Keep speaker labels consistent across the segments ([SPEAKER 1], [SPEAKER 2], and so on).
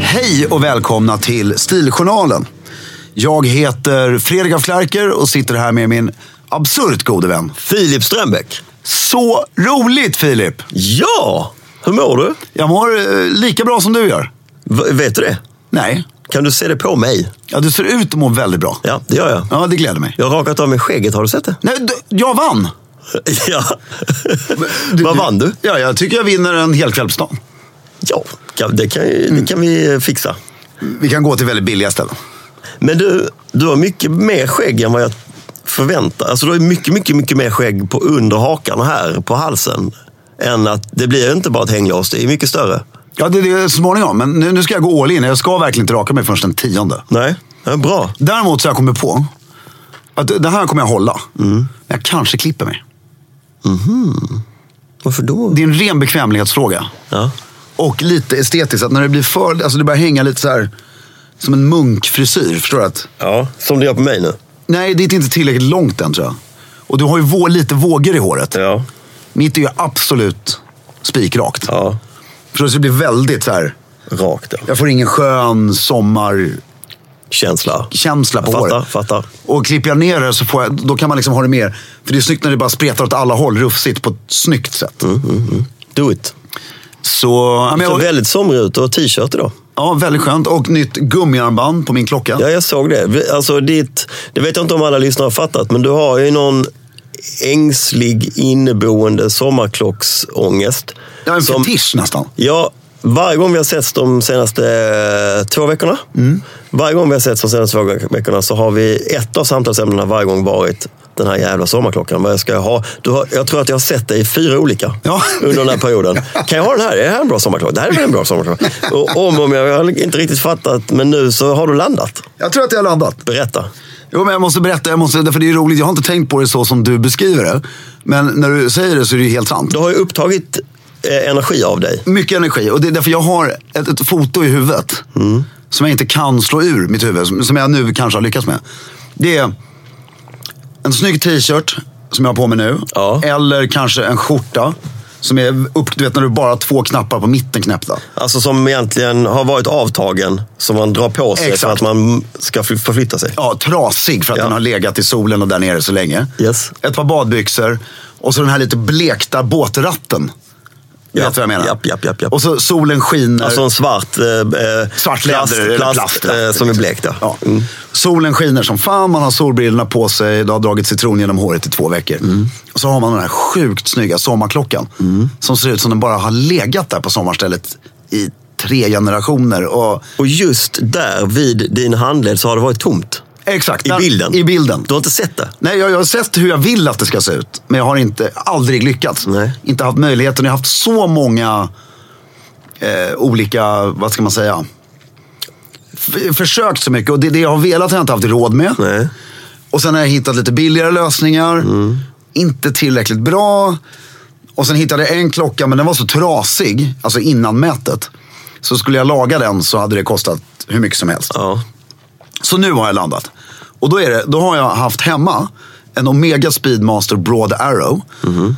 [SPEAKER 1] Hej och välkomna till Stiljournalen. Jag heter Fredrik af Klerker och sitter här med min absurt gode vän.
[SPEAKER 2] Filip Strömbäck.
[SPEAKER 1] Så roligt Filip!
[SPEAKER 2] Ja! Hur mår du?
[SPEAKER 1] Jag mår eh, lika bra som du gör.
[SPEAKER 2] V- vet du det?
[SPEAKER 1] Nej.
[SPEAKER 2] Kan du se det på mig?
[SPEAKER 1] Ja, du ser ut att må väldigt bra.
[SPEAKER 2] Ja, det gör jag.
[SPEAKER 1] Ja, det gläder mig.
[SPEAKER 2] Jag har rakat av mig skägget, har du sett det?
[SPEAKER 1] Nej, du, jag vann!
[SPEAKER 2] ja. Vad vann du?
[SPEAKER 1] Ja, jag tycker jag vinner en hel kväll på stan.
[SPEAKER 2] Ja, kan- det kan,
[SPEAKER 1] Mm.
[SPEAKER 2] det kan vi eh, fixa.
[SPEAKER 1] Vi kan gå till väldigt billiga ställen.
[SPEAKER 2] Men du, du har mycket mer skägg än vad jag förväntar. Alltså du har mycket, mycket, mycket mer skägg på under hakan och här på halsen. Än att det blir inte bara ett hänglås, det är mycket större.
[SPEAKER 1] Ja, det är det småningom. Men nu, nu ska jag gå all in. Jag ska verkligen inte raka mig förrän den tionde.
[SPEAKER 2] Nej, ja, bra.
[SPEAKER 1] Däremot så har jag kommit på att det det här kommer jag hålla.
[SPEAKER 2] Mm.
[SPEAKER 1] Men jag kanske klipper mig.
[SPEAKER 2] Varför då?
[SPEAKER 1] Det är en ren bekvämlighetsfråga.
[SPEAKER 2] Ja.
[SPEAKER 1] Och lite estetiskt. Att när det blir för... Alltså det börjar hänga lite så här som en munkfrisyr. Förstår du? Att,
[SPEAKER 2] ja, som du gör på mig nu.
[SPEAKER 1] nej, det är inte tillräckligt långt än tror jag. Och du har ju vå, lite vågor i håret.
[SPEAKER 2] Ja.
[SPEAKER 1] Mitt är ju absolut spikrakt.
[SPEAKER 2] ja.
[SPEAKER 1] Förstår du? Så det blir väldigt så här...
[SPEAKER 2] Rakt ja.
[SPEAKER 1] Jag får ingen skön sommarkänsla
[SPEAKER 2] Känsla.
[SPEAKER 1] på
[SPEAKER 2] Jag fattar,
[SPEAKER 1] håret.
[SPEAKER 2] fattar.
[SPEAKER 1] Och klipper jag ner det så får jag, då kan man liksom ha det mer. För det är snyggt när det bara spretar åt alla håll, rufsigt på ett snyggt sätt.
[SPEAKER 2] Do it.
[SPEAKER 1] Så, ja,
[SPEAKER 2] Du
[SPEAKER 1] men
[SPEAKER 2] såg
[SPEAKER 1] jag,
[SPEAKER 2] väldigt somrig ut och t-shirt idag.
[SPEAKER 1] ja, väldigt skönt. Och nytt gummiarmband på min klocka.
[SPEAKER 2] Ja, jag såg det. Vi- Alltså, ditt, det vet jag inte om alla lyssnare har fattat, men du har ju någon ängslig inneboende sommarklocksångest.
[SPEAKER 1] Jag är en
[SPEAKER 2] som-
[SPEAKER 1] fetisch nästan.
[SPEAKER 2] Ja, varje gång vi har setts de senaste eh, två veckorna.
[SPEAKER 1] Mm.
[SPEAKER 2] Varje gång vi har setts de senaste två veckorna så har vi ett av samtalsämnena varje gång varit den här jävla sommarklockan. Vad ska jag ha? Du har, jag tror att jag har sett dig i fyra olika
[SPEAKER 1] Ja.
[SPEAKER 2] under den här perioden. Kan jag ha den här? Är det här en bra sommarklocka? Det här är väl en bra sommarklocka? Och om och om jag, jag har inte riktigt fattat, men nu så har du landat.
[SPEAKER 1] Jag tror att jag har landat.
[SPEAKER 2] Berätta.
[SPEAKER 1] Jo, men jag måste berätta, jag måste, för det är roligt. Jag har inte tänkt på det så som du beskriver det. Men när du säger det så är det ju helt sant.
[SPEAKER 2] Du har ju upptagit eh, energi av dig.
[SPEAKER 1] Mycket energi. Och det är därför jag har ett, ett foto i huvudet. Som jag inte kan slå ur mitt huvud. Som, som jag nu kanske har lyckats med. Det är en snygg t-shirt som jag har på mig nu.
[SPEAKER 2] Ja.
[SPEAKER 1] Eller kanske en skjorta. Som är upp, du vet när du bara har två knappar på mitten knäppta.
[SPEAKER 2] Alltså som egentligen har varit avtagen, som man drar på sig för
[SPEAKER 1] Exakt.
[SPEAKER 2] att man ska fly- förflytta sig.
[SPEAKER 1] Ja, trasig för att
[SPEAKER 2] Ja.
[SPEAKER 1] den har legat i solen och där nere så länge.
[SPEAKER 2] Yes.
[SPEAKER 1] Ett par badbyxor. Och så den här lite blekta båtratten. Du vet vad jag menar?
[SPEAKER 2] Japp, japp, japp, japp.
[SPEAKER 1] Och så solen skiner.
[SPEAKER 2] Alltså en svart... Eh, eh,
[SPEAKER 1] Svart läder eller plast,
[SPEAKER 2] eh, som är blekt. Ja.
[SPEAKER 1] Ja. Solen skiner som fan, man har solbrillorna på sig, det har dragit citron genom håret i två veckor. Och så har man den här sjukt snygga sommarklockan. Som ser ut som den bara har legat där på sommarstället i tre generationer. Och,
[SPEAKER 2] Och just där vid din handled så har det varit tomt.
[SPEAKER 1] exakt.
[SPEAKER 2] I
[SPEAKER 1] där-
[SPEAKER 2] bilden.
[SPEAKER 1] I bilden.
[SPEAKER 2] Du har inte sett det?
[SPEAKER 1] Nej, jag, jag har sett hur jag vill att det ska se ut. Men jag har inte, aldrig lyckats.
[SPEAKER 2] Nej.
[SPEAKER 1] Inte haft möjligheten. Jag har haft så många eh, olika, vad ska man säga? F- försökt så mycket. Och det, det jag har velat har jag inte haft råd med.
[SPEAKER 2] Nej.
[SPEAKER 1] Och sen har jag hittat lite billigare lösningar. Inte tillräckligt bra. Och sen hittade jag en klocka, men den var så trasig. Alltså innan mätet. Så skulle jag laga den så hade det kostat hur mycket som helst.
[SPEAKER 2] Ja.
[SPEAKER 1] Så nu har jag landat. Och då, är det, då har jag haft hemma en Omega Speedmaster Broad Arrow.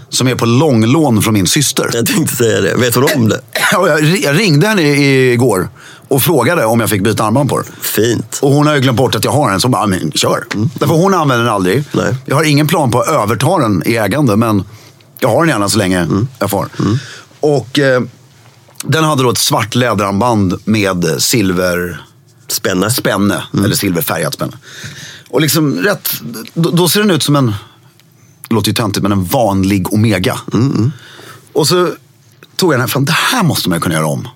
[SPEAKER 1] Som är på långlån från min syster.
[SPEAKER 2] Jag tänkte säga det. Vet hon om det?
[SPEAKER 1] Och jag ri- jag ringde henne i- igår och frågade om jag fick byta armband på den.
[SPEAKER 2] Fint.
[SPEAKER 1] Och hon har ju glömt bort att jag har en, så hon bara, "Ja, men kör. Därför hon använder den aldrig.
[SPEAKER 2] Nej.
[SPEAKER 1] Jag har ingen plan på att överta den i ägande, men jag har den gärna så länge jag får. Och eh, den hade då ett svart läderarmband med silver
[SPEAKER 2] Spännande.
[SPEAKER 1] spänne, eller silverfärgat spänne. Och liksom rätt, då, då ser den ut som en, det låter ju töntigt, men en vanlig Omega. Och så tog jag den här, fan det här måste man ju kunna göra om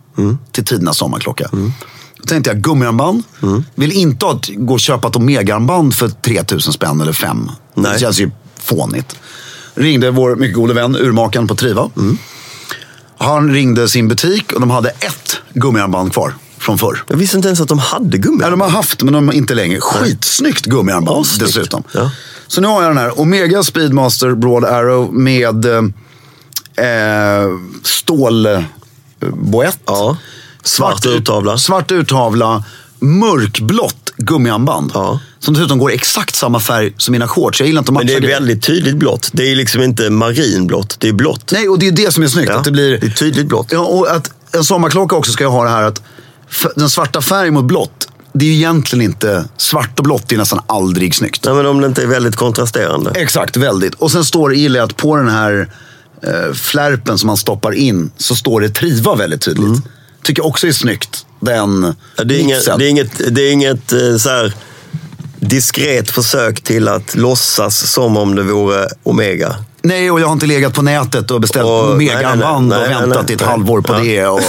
[SPEAKER 1] till tidernas sommarklocka. Då tänkte jag gummiarmband, vill inte att gå och köpa ett Omega-armband för 3000 spänn eller 5.
[SPEAKER 2] Nej.
[SPEAKER 1] Det känns ju fånigt. Ringde vår mycket gode vän urmakaren på Triva. Han ringde sin butik och de hade ett gummiarmband kvar från förr.
[SPEAKER 2] Jag visste inte ens att de hade gummi.
[SPEAKER 1] Ja, de har haft, men de har inte längre. Skitsnyggt gummiarmband
[SPEAKER 2] Ja, snyggt.
[SPEAKER 1] dessutom.
[SPEAKER 2] Ja.
[SPEAKER 1] Så nu har jag den här Omega Speedmaster Broad Arrow med eh, eh, stålboett.
[SPEAKER 2] Ja. Svart urtavla.
[SPEAKER 1] Svart urtavla, mörkblått gummiarmband.
[SPEAKER 2] Ja.
[SPEAKER 1] Som dessutom går exakt samma färg som mina shorts. Jag gillar inte att
[SPEAKER 2] Men det
[SPEAKER 1] matcha
[SPEAKER 2] är väldigt tydligt blått. Det är liksom inte marinblått. Det är blått.
[SPEAKER 1] Nej, och det är det som är snyggt.
[SPEAKER 2] Ja,
[SPEAKER 1] Att det, blir...
[SPEAKER 2] det är tydligt blått.
[SPEAKER 1] Ja, och att en sommarklocka också ska jag ha det här att f- den svarta färgen mot blått, det är ju egentligen inte... Svart och blått är nästan aldrig snyggt.
[SPEAKER 2] Nej, men om det inte är väldigt kontrasterande.
[SPEAKER 1] Exakt, väldigt. Och sen står det, gillar jag, att på den här eh, flärpen som man stoppar in så står det Triva väldigt tydligt. Tycker jag också är snyggt. Den
[SPEAKER 2] Mm. Ja, Det är inget,
[SPEAKER 1] mixen.
[SPEAKER 2] det är inget, det är inget eh, så här, diskret försök till att låtsas som om det vore Omega.
[SPEAKER 1] Nej, och jag har inte legat på nätet och beställt
[SPEAKER 2] Och-
[SPEAKER 1] megaarmband
[SPEAKER 2] nej,
[SPEAKER 1] och
[SPEAKER 2] nej, nej,
[SPEAKER 1] väntat
[SPEAKER 2] nej,
[SPEAKER 1] i ett
[SPEAKER 2] nej.
[SPEAKER 1] halvår på
[SPEAKER 2] Ja.
[SPEAKER 1] det. Och,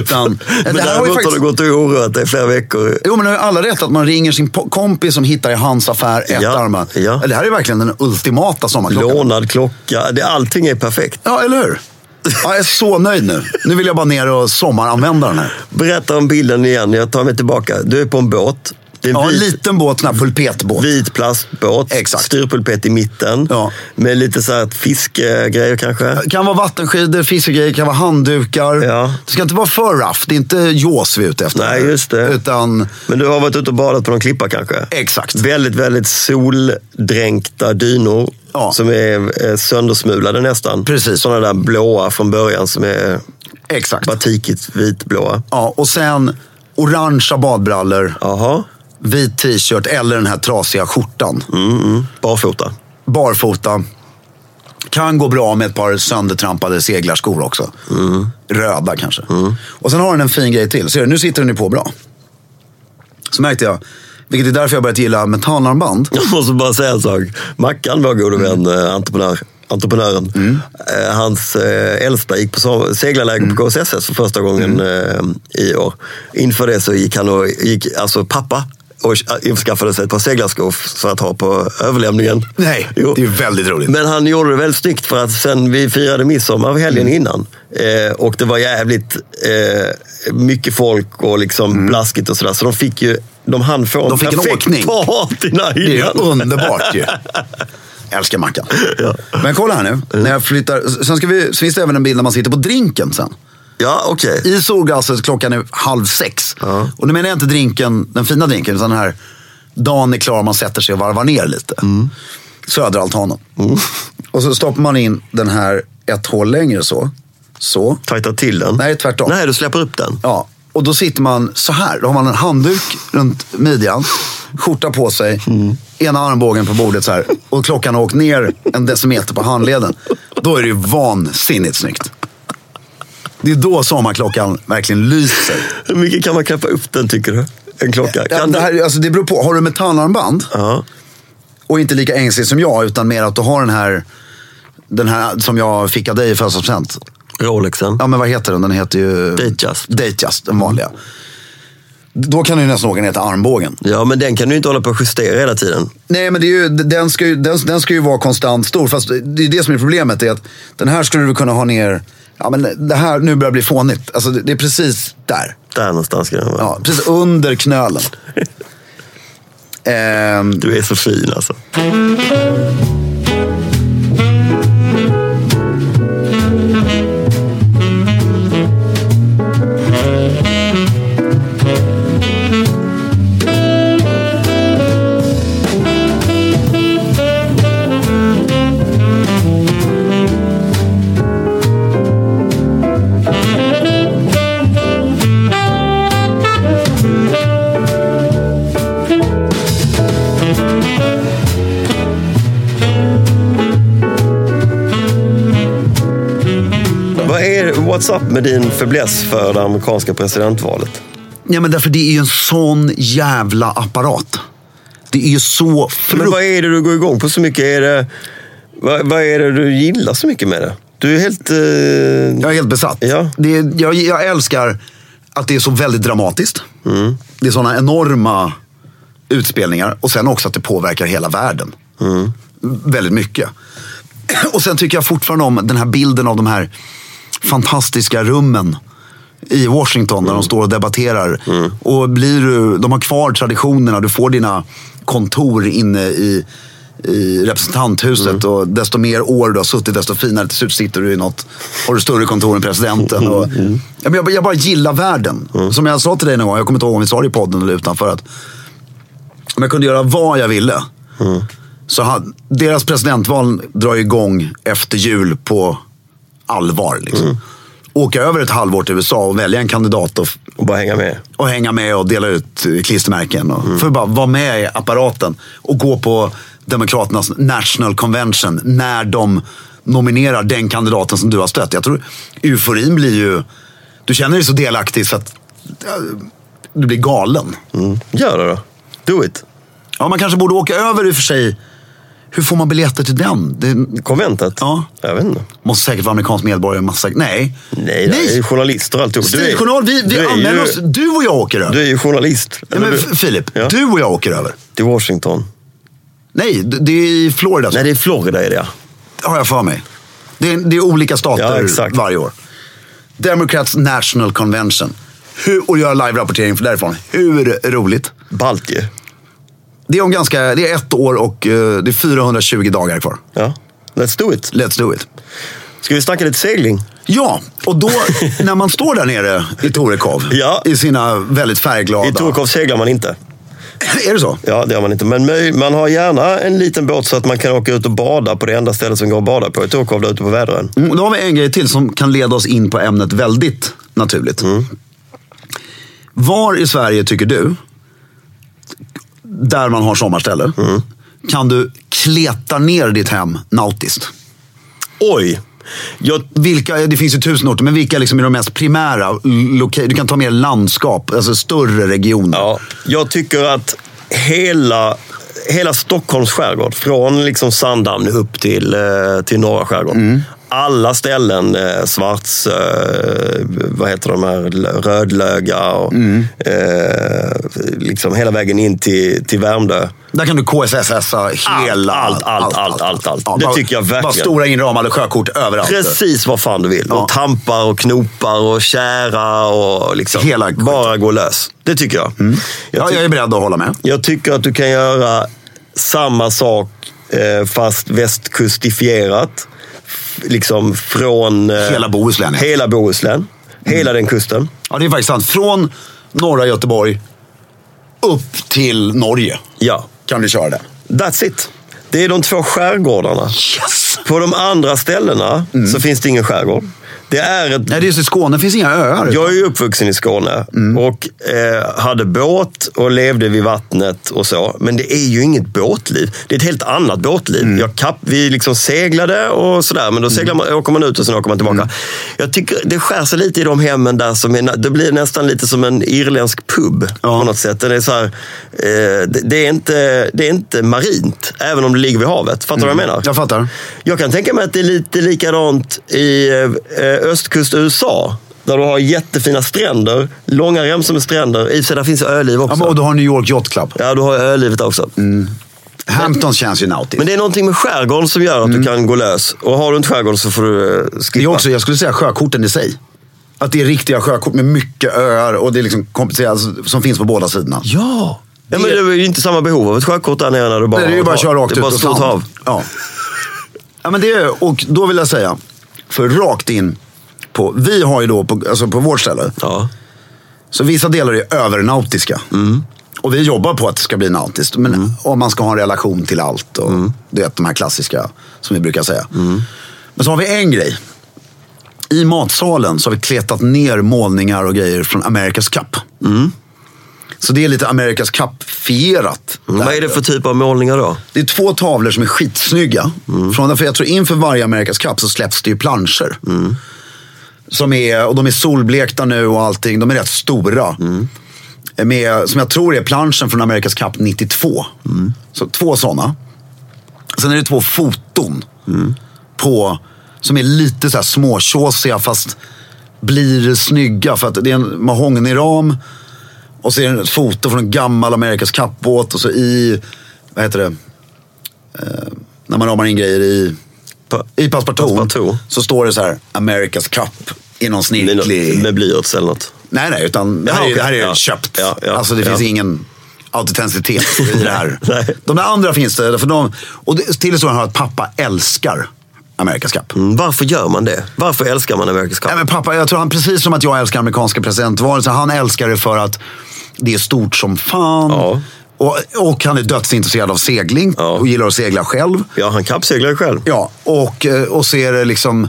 [SPEAKER 1] utan,
[SPEAKER 2] Men
[SPEAKER 1] det här
[SPEAKER 2] däremot
[SPEAKER 1] var ju
[SPEAKER 2] har
[SPEAKER 1] faktiskt-
[SPEAKER 2] du gått och oroat dig i flera veckor.
[SPEAKER 1] Jo, men nu har ju alla rätt att man ringer sin po- kompis som hittar i hans affär ett
[SPEAKER 2] Ja,
[SPEAKER 1] armband.
[SPEAKER 2] ja.
[SPEAKER 1] Det här är ju verkligen den ultimata sommarklockan.
[SPEAKER 2] Lånad klocka. Det, allting är perfekt.
[SPEAKER 1] Ja, eller hur? Ja, jag är så nöjd nu. Nu vill jag bara ner och sommaranvända den här.
[SPEAKER 2] Berätta om bilden igen. Jag tar mig tillbaka. Du är på en båt. Det är en
[SPEAKER 1] Ja, en
[SPEAKER 2] vit,
[SPEAKER 1] liten båt, sån här pulpetbåt.
[SPEAKER 2] vit plastbåt.
[SPEAKER 1] Exakt.
[SPEAKER 2] Styrpulpet i mitten.
[SPEAKER 1] Ja.
[SPEAKER 2] Med lite så här fiskegrejer kanske.
[SPEAKER 1] Det kan vara vattenskidor, fiskegrejer, det kan vara handdukar.
[SPEAKER 2] Ja.
[SPEAKER 1] Det ska inte vara för raff. Det är inte jaws vi är ute efter.
[SPEAKER 2] Nej, just det.
[SPEAKER 1] Utan,
[SPEAKER 2] Men du har varit ute och badat på någon klippa kanske?
[SPEAKER 1] exakt.
[SPEAKER 2] Väldigt, väldigt soldränkta dynor.
[SPEAKER 1] Ja.
[SPEAKER 2] Som är eh, söndersmulade nästan.
[SPEAKER 1] Precis.
[SPEAKER 2] Sådana där blåa från början som är
[SPEAKER 1] Exakt.
[SPEAKER 2] batikigt vitblåa.
[SPEAKER 1] Ja, och sen orangea badbrallor,
[SPEAKER 2] Jaha.
[SPEAKER 1] vit t-shirt eller den här trasiga skjortan.
[SPEAKER 2] Mm. Barfota.
[SPEAKER 1] barfota. Kan gå bra med ett par söndertrampade seglarskor också.
[SPEAKER 2] Mm.
[SPEAKER 1] Röda kanske. Och sen har den en fin grej till. Ser du, nu sitter den ju på bra. Så märkte jag, vilket är därför jag börjat gilla metallarmband.
[SPEAKER 2] Jag måste bara säga en sak. Mackan, vår gode vän,
[SPEAKER 1] Mm.
[SPEAKER 2] eh, entreprenör, entreprenören. eh, Hans eh, äldsta gick på so- seglarläger
[SPEAKER 1] Mm.
[SPEAKER 2] på KSSS för första gången eh, i år. Inför det så gick han och gick, alltså pappa och införskaffade sig ett par seglarskor f- för att ha på överlämningen.
[SPEAKER 1] Nej,
[SPEAKER 2] Jo.
[SPEAKER 1] det är ju väldigt roligt.
[SPEAKER 2] Men han gjorde det väldigt snyggt för att sen vi firade midsommar helgen
[SPEAKER 1] Mm.
[SPEAKER 2] innan eh, och det var jävligt eh, mycket folk och liksom blaskigt och sådär. Så de fick ju, de hann få en
[SPEAKER 1] Mm. De fick en
[SPEAKER 2] perfekt
[SPEAKER 1] åkning.
[SPEAKER 2] partynight
[SPEAKER 1] det är ju
[SPEAKER 2] innan.
[SPEAKER 1] underbart ju. Jag älskar Mackan. Men kolla här nu. När jag flyttar, sen ska vi, så finns det även en bild när man sitter på drinken sen.
[SPEAKER 2] Ja, okej.
[SPEAKER 1] I solglaset klockan är halv sex. Och nu menar jag inte drinken, den fina drinken, utan den här dagen är klar man sätter sig och varvar ner lite. Södra altanen. Och så stoppar man in den här ett hål längre så. Så.
[SPEAKER 2] Tajta till den.
[SPEAKER 1] Nej, tvärtom.
[SPEAKER 2] Nej, du släpper upp den.
[SPEAKER 1] Ja, och då sitter man så här. Då har man en handduk runt midjan, skjorta på sig, ena armbågen på bordet så här och klockan har åkt ner en decimeter på handleden. Då är det ju vansinnigt snyggt. Det är då sommarklockan verkligen lyser.
[SPEAKER 2] Hur mycket kan man knäppa upp den tycker du? En klocka?
[SPEAKER 1] Ja,
[SPEAKER 2] Kan
[SPEAKER 1] det,
[SPEAKER 2] det
[SPEAKER 1] här, alltså, det beror på. Har du metallarmband
[SPEAKER 2] Ja.
[SPEAKER 1] och inte lika ängslig som jag, utan mer att du har den här, den här som jag fick av dig i födelsedagspresent.
[SPEAKER 2] Rolexen?
[SPEAKER 1] Ja, men vad heter den? Den heter ju...
[SPEAKER 2] Datejust.
[SPEAKER 1] Datejust, den vanliga. Då kan du nästan ihåg den heter armbågen.
[SPEAKER 2] Ja, men den kan du ju inte hålla på och justera hela tiden.
[SPEAKER 1] Nej, men det är ju, den, ska ju, den, den ska ju vara konstant stor. Fast det är det som är problemet. Är att den här skulle du kunna ha ner... Ja, men det här, nu börjar det bli fånigt. Alltså, det, det är precis där.
[SPEAKER 2] Där någonstans ska den vara.
[SPEAKER 1] Ja, precis under knölen. Ehm,
[SPEAKER 2] Du är så fin alltså. Vad är what's up med din fäbless för det amerikanska presidentvalet?
[SPEAKER 1] ja, men därför det är ju en sån jävla apparat. Det är ju så
[SPEAKER 2] Men
[SPEAKER 1] fruktansvärt.
[SPEAKER 2] vad är det du går igång på så mycket? Är det, vad, vad är det du gillar så mycket med det? Du är helt... Eh,
[SPEAKER 1] Jag är helt besatt.
[SPEAKER 2] Ja.
[SPEAKER 1] Det är, jag, jag älskar att det är så väldigt dramatiskt. Det är sådana enorma utspelningar. Och sen också att det påverkar hela världen. Väldigt mycket. Och sen tycker jag fortfarande om den här bilden av de här fantastiska rummen i Washington när de står och debatterar. Och blir du, de har kvar traditionerna. Du får dina kontor inne i, i representanthuset. Och desto mer år du har suttit, desto finare. Till slut sitter du i något, har du större kontor än presidenten. Och, ja, men jag, jag bara gillar världen. Som jag sa till dig någon gång, jag kommer inte ihåg om vi sa det i podden eller utanför. Att om jag kunde göra vad jag ville. Så hade, deras presidentval drar ju igång efter jul på allvar. Liksom. Åka över ett halvår till USA och välja en kandidat och,
[SPEAKER 2] och bara hänga med.
[SPEAKER 1] och hänga med och dela ut eh, klistermärken.
[SPEAKER 2] Mm.
[SPEAKER 1] Och, För att bara vara med i apparaten och gå på Demokraternas National Convention när de nominerar den kandidaten som du har stött. Jag tror euforin blir ju... Du känner dig så delaktig så att eh, du blir galen.
[SPEAKER 2] Gör det då. Do it.
[SPEAKER 1] Ja, man kanske borde åka över i och för sig. Hur får man biljetter till den? Det
[SPEAKER 2] Konventet?
[SPEAKER 1] Ja.
[SPEAKER 2] Jag vet inte.
[SPEAKER 1] måste säkert vara amerikansk medborgare. Massa... Nej.
[SPEAKER 2] Nej, det är ju journalister och alltihop. Du är-
[SPEAKER 1] Stiljournal, vi,
[SPEAKER 2] du
[SPEAKER 1] vi
[SPEAKER 2] är
[SPEAKER 1] anmäler
[SPEAKER 2] ju-
[SPEAKER 1] oss. Du och jag åker över.
[SPEAKER 2] Du är ju journalist.
[SPEAKER 1] ja, men
[SPEAKER 2] eller
[SPEAKER 1] F-
[SPEAKER 2] du?
[SPEAKER 1] Filip,
[SPEAKER 2] Ja.
[SPEAKER 1] du och jag åker över.
[SPEAKER 2] Till Washington.
[SPEAKER 1] Nej, d- det är i Florida.
[SPEAKER 2] Nej, det är Florida är det ja.
[SPEAKER 1] har jag för mig. Det är, det är olika
[SPEAKER 2] Ja,
[SPEAKER 1] stater
[SPEAKER 2] exakt.
[SPEAKER 1] varje år. Democrats National Convention. Hur, och göra live-rapportering för därifrån. Hur roligt?
[SPEAKER 2] Balt ju.
[SPEAKER 1] Det är, om ganska, det är ett år och eh, det är 420 dagar kvar.
[SPEAKER 2] Ja. Let's do it.
[SPEAKER 1] Let's do it.
[SPEAKER 2] Ska vi snacka lite segling?
[SPEAKER 1] Ja, och då när man står där nere i Torekov
[SPEAKER 2] Ja.
[SPEAKER 1] i sina väldigt färgglada...
[SPEAKER 2] I Torekov seglar man inte.
[SPEAKER 1] Är det så?
[SPEAKER 2] Ja, det gör man inte. Men möj- man har gärna en liten båt så att man kan åka ut och bada på det enda stället som går att bada på. I Torekov, där ute på Väderön.
[SPEAKER 1] Mm, Då har vi en grej till som kan leda oss in på ämnet väldigt naturligt.
[SPEAKER 2] Mm.
[SPEAKER 1] Var i Sverige tycker du, där man har sommarställe,
[SPEAKER 2] Mm.
[SPEAKER 1] kan du kleta ner ditt hem nautiskt?
[SPEAKER 2] Oj! Jag,
[SPEAKER 1] Vilka, det finns ju tusen orter, men vilka liksom är de mest primära? Loka- du kan ta med landskap, alltså större regioner.
[SPEAKER 2] ja, jag tycker att hela, hela Stockholms skärgård, från liksom Sandhamn upp till, eh, till norra skärgården. Alla ställen, eh, Svarts, eh, vad heter de här, L- Rödlöga och eh, liksom hela vägen in till, till Värmdö.
[SPEAKER 1] Där kan du KSSSa hela...
[SPEAKER 2] allt, allt, allt, allt, allt. Det
[SPEAKER 1] bara-
[SPEAKER 2] tycker jag verkligen.
[SPEAKER 1] Bara stora inramade sjökort överallt.
[SPEAKER 2] Precis vad fan du vill.
[SPEAKER 1] Ja.
[SPEAKER 2] Och trampar och knopar och kära och liksom
[SPEAKER 1] Hela skiten.
[SPEAKER 2] bara gå lös. Det tycker jag. Jag,
[SPEAKER 1] Ja,
[SPEAKER 2] ty-
[SPEAKER 1] jag är beredd att hålla med.
[SPEAKER 2] jag tycker att du kan göra samma sak eh, fast västkustifierat. F- Liksom från... eh,
[SPEAKER 1] Hela Bohuslän, ja. Mm.
[SPEAKER 2] Hela Bohuslän. Hela den kusten.
[SPEAKER 1] Ja, det är faktiskt sant. Från norra Göteborg upp till Norge
[SPEAKER 2] Ja,
[SPEAKER 1] kan du köra det.
[SPEAKER 2] that's it. Det är de två skärgårdarna.
[SPEAKER 1] Yes!
[SPEAKER 2] På de andra ställena så finns det ingen skärgård. Det är ett
[SPEAKER 1] Mm. Nej, det är så, i Skåne finns inga öar.
[SPEAKER 2] Jag är ju uppvuxen i Skåne
[SPEAKER 1] Mm.
[SPEAKER 2] och eh, hade båt och levde vid vattnet och så. Men det är ju inget båtliv. Det är ett helt annat båtliv.
[SPEAKER 1] Mm.
[SPEAKER 2] Jag kap, vi liksom seglade och sådär, men då seglar man, åker man ut och sen åker man tillbaka.
[SPEAKER 1] Mm.
[SPEAKER 2] Jag tycker det skär sig lite i de hemmen där. Som är, na- det blir nästan lite som en irländsk pub på något sätt. Det är, så här, eh, det, det, är inte, det är inte marint, även om det ligger vid havet. Fattar du vad jag menar?
[SPEAKER 1] Mm. Jag fattar.
[SPEAKER 2] Jag kan tänka mig att det är lite likadant i eh, östkust USA. Där du har jättefina stränder, långa remsor med stränder. I och för sig, där finns öliv
[SPEAKER 1] Ja,
[SPEAKER 2] också.
[SPEAKER 1] men, och Mm. du har New York Yacht Club.
[SPEAKER 2] Ja, du har ölivet där också.
[SPEAKER 1] Hamptons känns ju typ. nautiskt.
[SPEAKER 2] Men det är någonting med skärgården som gör att du kan gå lös. Och har du inte skärgården så får du eh, skippa.
[SPEAKER 1] Mm. Det är också, jag skulle säga sjökorten i sig. Att det är riktiga sjökort med mycket öar och det är liksom komplicerat alltså, som finns på båda sidorna.
[SPEAKER 2] Ja! Ja, men det är ju inte samma behov av ett sjökort där nere när du bara
[SPEAKER 1] Nej, det är ju bara att köra rakt
[SPEAKER 2] det är
[SPEAKER 1] ut
[SPEAKER 2] bara
[SPEAKER 1] och
[SPEAKER 2] stort
[SPEAKER 1] fram.
[SPEAKER 2] hav.
[SPEAKER 1] Ja. ja, men det är, och då vill jag säga, för rakt in på, vi har ju då på, alltså på vårt ställe,
[SPEAKER 2] Ja.
[SPEAKER 1] så vissa delar är övernautiska.
[SPEAKER 2] Mm.
[SPEAKER 1] Och vi jobbar på att det ska bli nautiskt. Men om man ska ha en relation till allt och
[SPEAKER 2] Mm.
[SPEAKER 1] du vet de här klassiska som vi brukar säga. Men så har vi en grej. I matsalen så har vi kletat ner målningar och grejer från America's Cup.
[SPEAKER 2] Mm.
[SPEAKER 1] Så det är lite America's Cup-fierat.
[SPEAKER 2] Mm. Vad är det för typ av målningar då?
[SPEAKER 1] Det är två tavlor som är skitsnygga.
[SPEAKER 2] Mm.
[SPEAKER 1] Från, därför jag tror inför varje Amerikas Cup så släpps det ju planscher.
[SPEAKER 2] Mm.
[SPEAKER 1] Som är, och de är solblekta nu och allting. De är rätt stora.
[SPEAKER 2] Mm.
[SPEAKER 1] Med, som jag tror är planschen från Amerikas Cup 92. Så två sådana. Sen är det två foton. På, som är lite så här småtjåsiga fast blir snygga. För att det är en mahognyram. Och så är det ett foto från en gammal Amerikas kappbåt och så i, vad heter det, eh, när man ramar in grejer i,
[SPEAKER 2] Pa-
[SPEAKER 1] i passepartout.
[SPEAKER 2] Passepartout.
[SPEAKER 1] Så står det så här, Amerikas Cup i någon
[SPEAKER 2] Med något-
[SPEAKER 1] snirklig...
[SPEAKER 2] Med blyerts eller något?
[SPEAKER 1] Nej, nej, utan det här,
[SPEAKER 2] Ja,
[SPEAKER 1] är, det här är
[SPEAKER 2] okej, ja.
[SPEAKER 1] köpt.
[SPEAKER 2] Ja, ja,
[SPEAKER 1] alltså det
[SPEAKER 2] ja.
[SPEAKER 1] finns ingen autenticitet i det här.
[SPEAKER 2] Nej.
[SPEAKER 1] De där andra finns det. För de, och det, till och med hör att pappa älskar Amerikas Cup.
[SPEAKER 2] Mm, Varför gör man det? Varför älskar man America's Cup?
[SPEAKER 1] Nej, men pappa, jag tror han precis som att jag älskar amerikanska presidentvalet, så han älskar det för att det är stort som fan.
[SPEAKER 2] Ja.
[SPEAKER 1] Och, och han är dödsintresserad av segling
[SPEAKER 2] Ja.
[SPEAKER 1] och gillar att segla själv.
[SPEAKER 2] Ja, han kappseglar ju själv.
[SPEAKER 1] Ja, och, eh, och så är det liksom,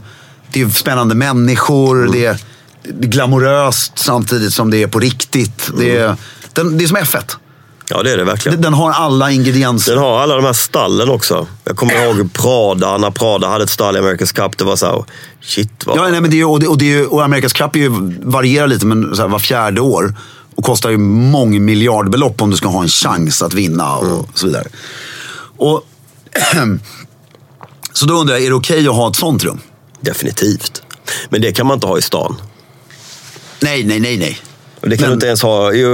[SPEAKER 1] det är spännande människor, det, är, det är glamoröst samtidigt som det är på riktigt. Det, är, den, det är som F1.
[SPEAKER 2] Ja, det är det verkligen.
[SPEAKER 1] Den har alla ingredienser.
[SPEAKER 2] Den har alla de här stallen också. Jag kommer ihåg Prada, när Prada hade ett stall i America's Cup. Det var så här, shit vad...
[SPEAKER 1] Ja, nej, men det är, ju- och, det, och, det är, ju- och Amerikas Cup är ju, varierar lite, men så här, var fjärde år. Och kostar ju mångmiljardbelopp om du ska ha en chans att vinna och så vidare. Och, så då undrar jag, är det okej att ha ett sånt rum?
[SPEAKER 2] Definitivt. Men det kan man inte ha i stan.
[SPEAKER 1] Nej, nej, nej, nej.
[SPEAKER 2] Och det kan du
[SPEAKER 1] Men-
[SPEAKER 2] inte ens ha i,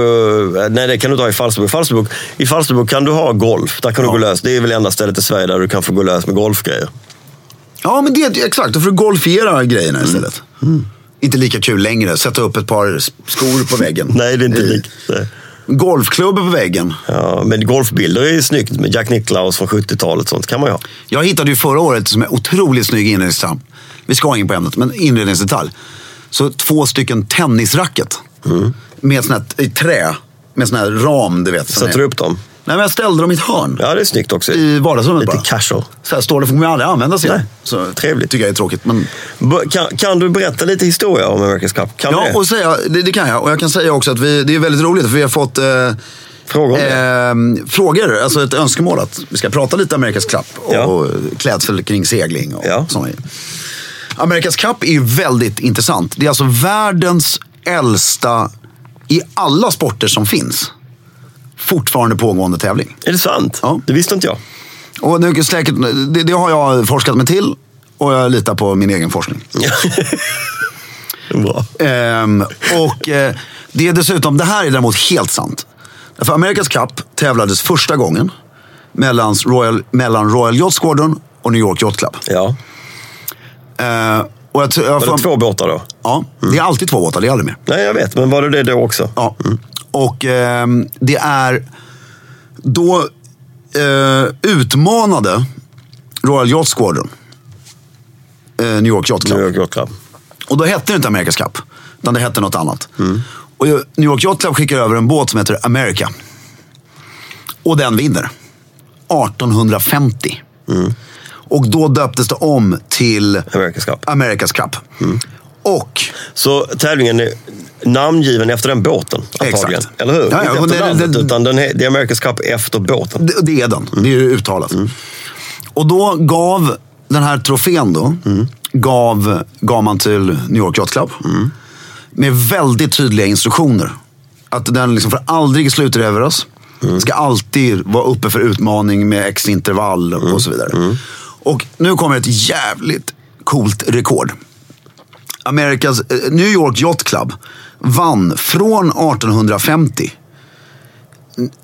[SPEAKER 2] nej, det kan du inte ha i Falsterbo. I Falsterbo, I Falsterbo kan du ha golf. Där kan du gå lös. Det är väl enda stället i Sverige där du kan få gå lös med golfgrejer.
[SPEAKER 1] Ja, men det, exakt. Då får du golfiera grejerna
[SPEAKER 2] Mm.
[SPEAKER 1] istället. Mm. Inte lika kul längre. Sätta upp ett par skor på väggen.
[SPEAKER 2] Nej, det är inte
[SPEAKER 1] I-
[SPEAKER 2] likt. Nej.
[SPEAKER 1] Golfklubbor på väggen.
[SPEAKER 2] Ja, men golfbilder är ju snyggt med Jack Nicklaus från 70-talet. Sånt kan man ju ha.
[SPEAKER 1] Jag hittade ju förra året som är otroligt snygg inredningsdetalj. Vi ska in på ämnet, men inredningsdetalj. Så två stycken tennisracket.
[SPEAKER 2] Mm.
[SPEAKER 1] Med sån här, i trä. Med sån här ram, du vet. som
[SPEAKER 2] Sätter
[SPEAKER 1] är-
[SPEAKER 2] du upp dem?
[SPEAKER 1] Nej, men jag ställde dem i ett hörn.
[SPEAKER 2] Ja, det är snyggt också.
[SPEAKER 1] I vardagsrummet
[SPEAKER 2] Lite
[SPEAKER 1] bara.
[SPEAKER 2] casual.
[SPEAKER 1] Så här står det, för de kommer aldrig användas igen.
[SPEAKER 2] Nej,
[SPEAKER 1] Så
[SPEAKER 2] trevligt.
[SPEAKER 1] tycker jag är tråkigt. Men...
[SPEAKER 2] B- Kan, kan du berätta lite historia om America's Cup? Kan du
[SPEAKER 1] Ja,
[SPEAKER 2] det?
[SPEAKER 1] och säga, det, det kan jag. Och jag kan säga också att vi, det är väldigt roligt för vi har fått eh,
[SPEAKER 2] Fråga om det.
[SPEAKER 1] eh, frågor, alltså ett önskemål att vi ska prata lite Amerikas Cup och,
[SPEAKER 2] Ja.
[SPEAKER 1] och klädsel kring segling och
[SPEAKER 2] Ja.
[SPEAKER 1] sådana grejer. Amerikas Cup är ju väldigt intressant. Det är alltså världens äldsta i alla sporter som finns fortfarande pågående tävling.
[SPEAKER 2] Är det sant?
[SPEAKER 1] Ja.
[SPEAKER 2] Det visste inte jag.
[SPEAKER 1] Och nu, säkert, det, det har jag forskat mig till och jag litar på min egen forskning.
[SPEAKER 2] Bra.
[SPEAKER 1] Ehm, och eh, det är dessutom, det här är däremot helt sant. För Amerikas Cup tävlades första gången mellan Royal, mellan Royal Yacht Squadron och New York Yacht Club.
[SPEAKER 2] Ja.
[SPEAKER 1] Eh, och jag, tror- jag,
[SPEAKER 2] Var det två Mm. båtar då?
[SPEAKER 1] Ja, det är alltid två båtar, det är aldrig mer.
[SPEAKER 2] Nej, jag vet. Men var det det då också?
[SPEAKER 1] Ja. Och ehm, det är... Då eh, utmanade Royal Yacht Squadron eh, New York Yacht Club.
[SPEAKER 2] New York Yacht Club.
[SPEAKER 1] Och då hette det inte Amerikas Cup, utan det hette något annat. Och New York Yacht Club skickar över en båt som heter America. Och den vinner. 1850. Och då döptes det om till
[SPEAKER 2] America's Cup.
[SPEAKER 1] Amerikas Cup. Och...
[SPEAKER 2] Så tävlingen är namngiven efter den båten, antagligen.
[SPEAKER 1] Exakt.
[SPEAKER 2] Eller hur?
[SPEAKER 1] Ja, ja,
[SPEAKER 2] Inte
[SPEAKER 1] och
[SPEAKER 2] efter
[SPEAKER 1] det-
[SPEAKER 2] landet,
[SPEAKER 1] det-
[SPEAKER 2] utan den, he- det är America's Cup efter båten.
[SPEAKER 1] Alltså, Det, det är den, det är ju uttalat. Och då gav den här trofén då, gav, gav man till New York Yacht Club. Med väldigt tydliga instruktioner. Att den liksom får aldrig sluta över oss. Ska alltid vara uppe för utmaning med x intervall och så vidare. Och nu kommer ett jävligt coolt rekord. Amerikas eh, New York Yacht Club vann från 1850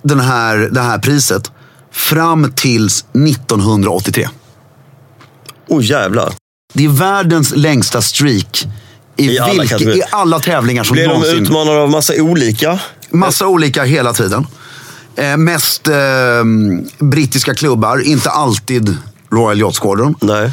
[SPEAKER 1] den här, det här priset fram tills 1983.
[SPEAKER 2] Åh oh, jävlar.
[SPEAKER 1] Det är världens längsta streak i,
[SPEAKER 2] I alla
[SPEAKER 1] vilka,
[SPEAKER 2] kategorier.
[SPEAKER 1] i alla tävlingar som
[SPEAKER 2] Blir de
[SPEAKER 1] någonsin...
[SPEAKER 2] utmanade av massa olika?
[SPEAKER 1] Massa olika hela tiden. Eh, mest eh, brittiska klubbar, inte alltid Royal Yacht Squadron.
[SPEAKER 2] Nej.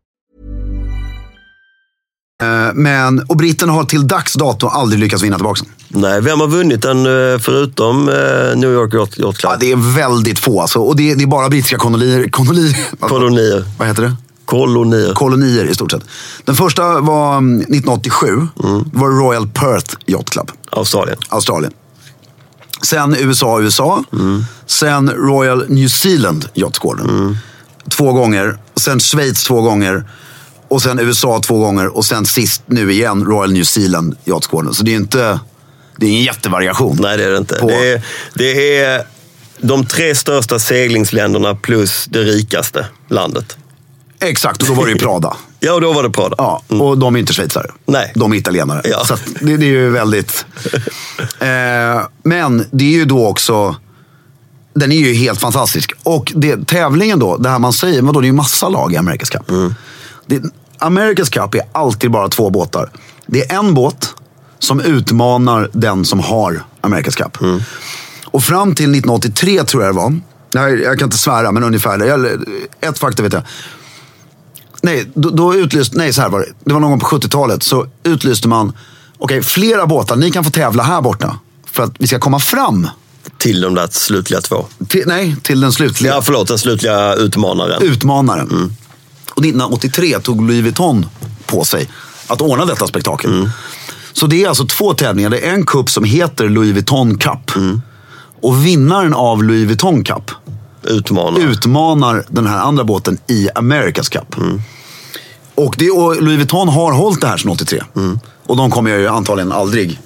[SPEAKER 1] Eh, men, och britterna har till dags dato aldrig lyckats vinna tillbaka den.
[SPEAKER 2] Nej, vem har vunnit den eh, förutom eh, New York Yacht Yacht Club?
[SPEAKER 1] Ja, det är väldigt få alltså. Och det, det är bara brittiska kolonier. kolonier
[SPEAKER 2] Kolonier.
[SPEAKER 1] vad heter det?
[SPEAKER 2] Kolonier.
[SPEAKER 1] kolonier i stort sett. Den första var mm, 1987. Det var Royal Perth Yacht Club,
[SPEAKER 2] Australien.
[SPEAKER 1] Australien. Sen USA, USA. Sen Royal New Zealand Yacht Squadron. Två gånger. Sen Schweiz två gånger. Och sen USA två gånger. Och sen sist nu igen Royal New Zealand Yacht Squadron. Så det är ju inte... Det är ingen jättevariation.
[SPEAKER 2] Nej, det är det inte.
[SPEAKER 1] På-
[SPEAKER 2] Det, är, det är de tre största seglingsländerna plus det rikaste landet.
[SPEAKER 1] Exakt, och då var det ju Prada.
[SPEAKER 2] Ja, och då var det Prada.
[SPEAKER 1] Ja, och de är inte schweizare.
[SPEAKER 2] Mm. Nej.
[SPEAKER 1] De är italienare.
[SPEAKER 2] Ja.
[SPEAKER 1] Så att det, det är ju väldigt... Eh, men det är ju då också... Den är ju helt fantastisk. Och det, tävlingen då, det här man säger, vadå, det är ju massa lag i America's Cup.
[SPEAKER 2] Mm.
[SPEAKER 1] Det, America's Cup är alltid bara två båtar. Det är en båt som utmanar den som har America's Cup.
[SPEAKER 2] Mm.
[SPEAKER 1] Och fram till 1983 tror jag det var. Nej, jag kan inte svära, men ungefär. det. Jag, ett faktum vet jag. Nej, då, då utlyste, nej, så här var det. Det var någon gång på 70-talet. Så utlyste man, okej, flera båtar. Ni kan få tävla här borta. För att vi ska komma fram.
[SPEAKER 2] Till de där slutliga två.
[SPEAKER 1] Till, nej, till den slutliga
[SPEAKER 2] Ja, förlåt. Den slutliga utmanaren.
[SPEAKER 1] utmanaren. Och 1983 tog Louis Vuitton på sig att ordna detta spektakel. Så det är alltså två tävlingar. Det är en cup som heter Louis Vuitton Cup. Och vinnaren av Louis Vuitton Cup
[SPEAKER 2] Utmanaren.
[SPEAKER 1] utmanar den här andra båten i America's Cup. Och, det, och Louis Vuitton har hållit det här sedan 83. Och de kommer ju antagligen aldrig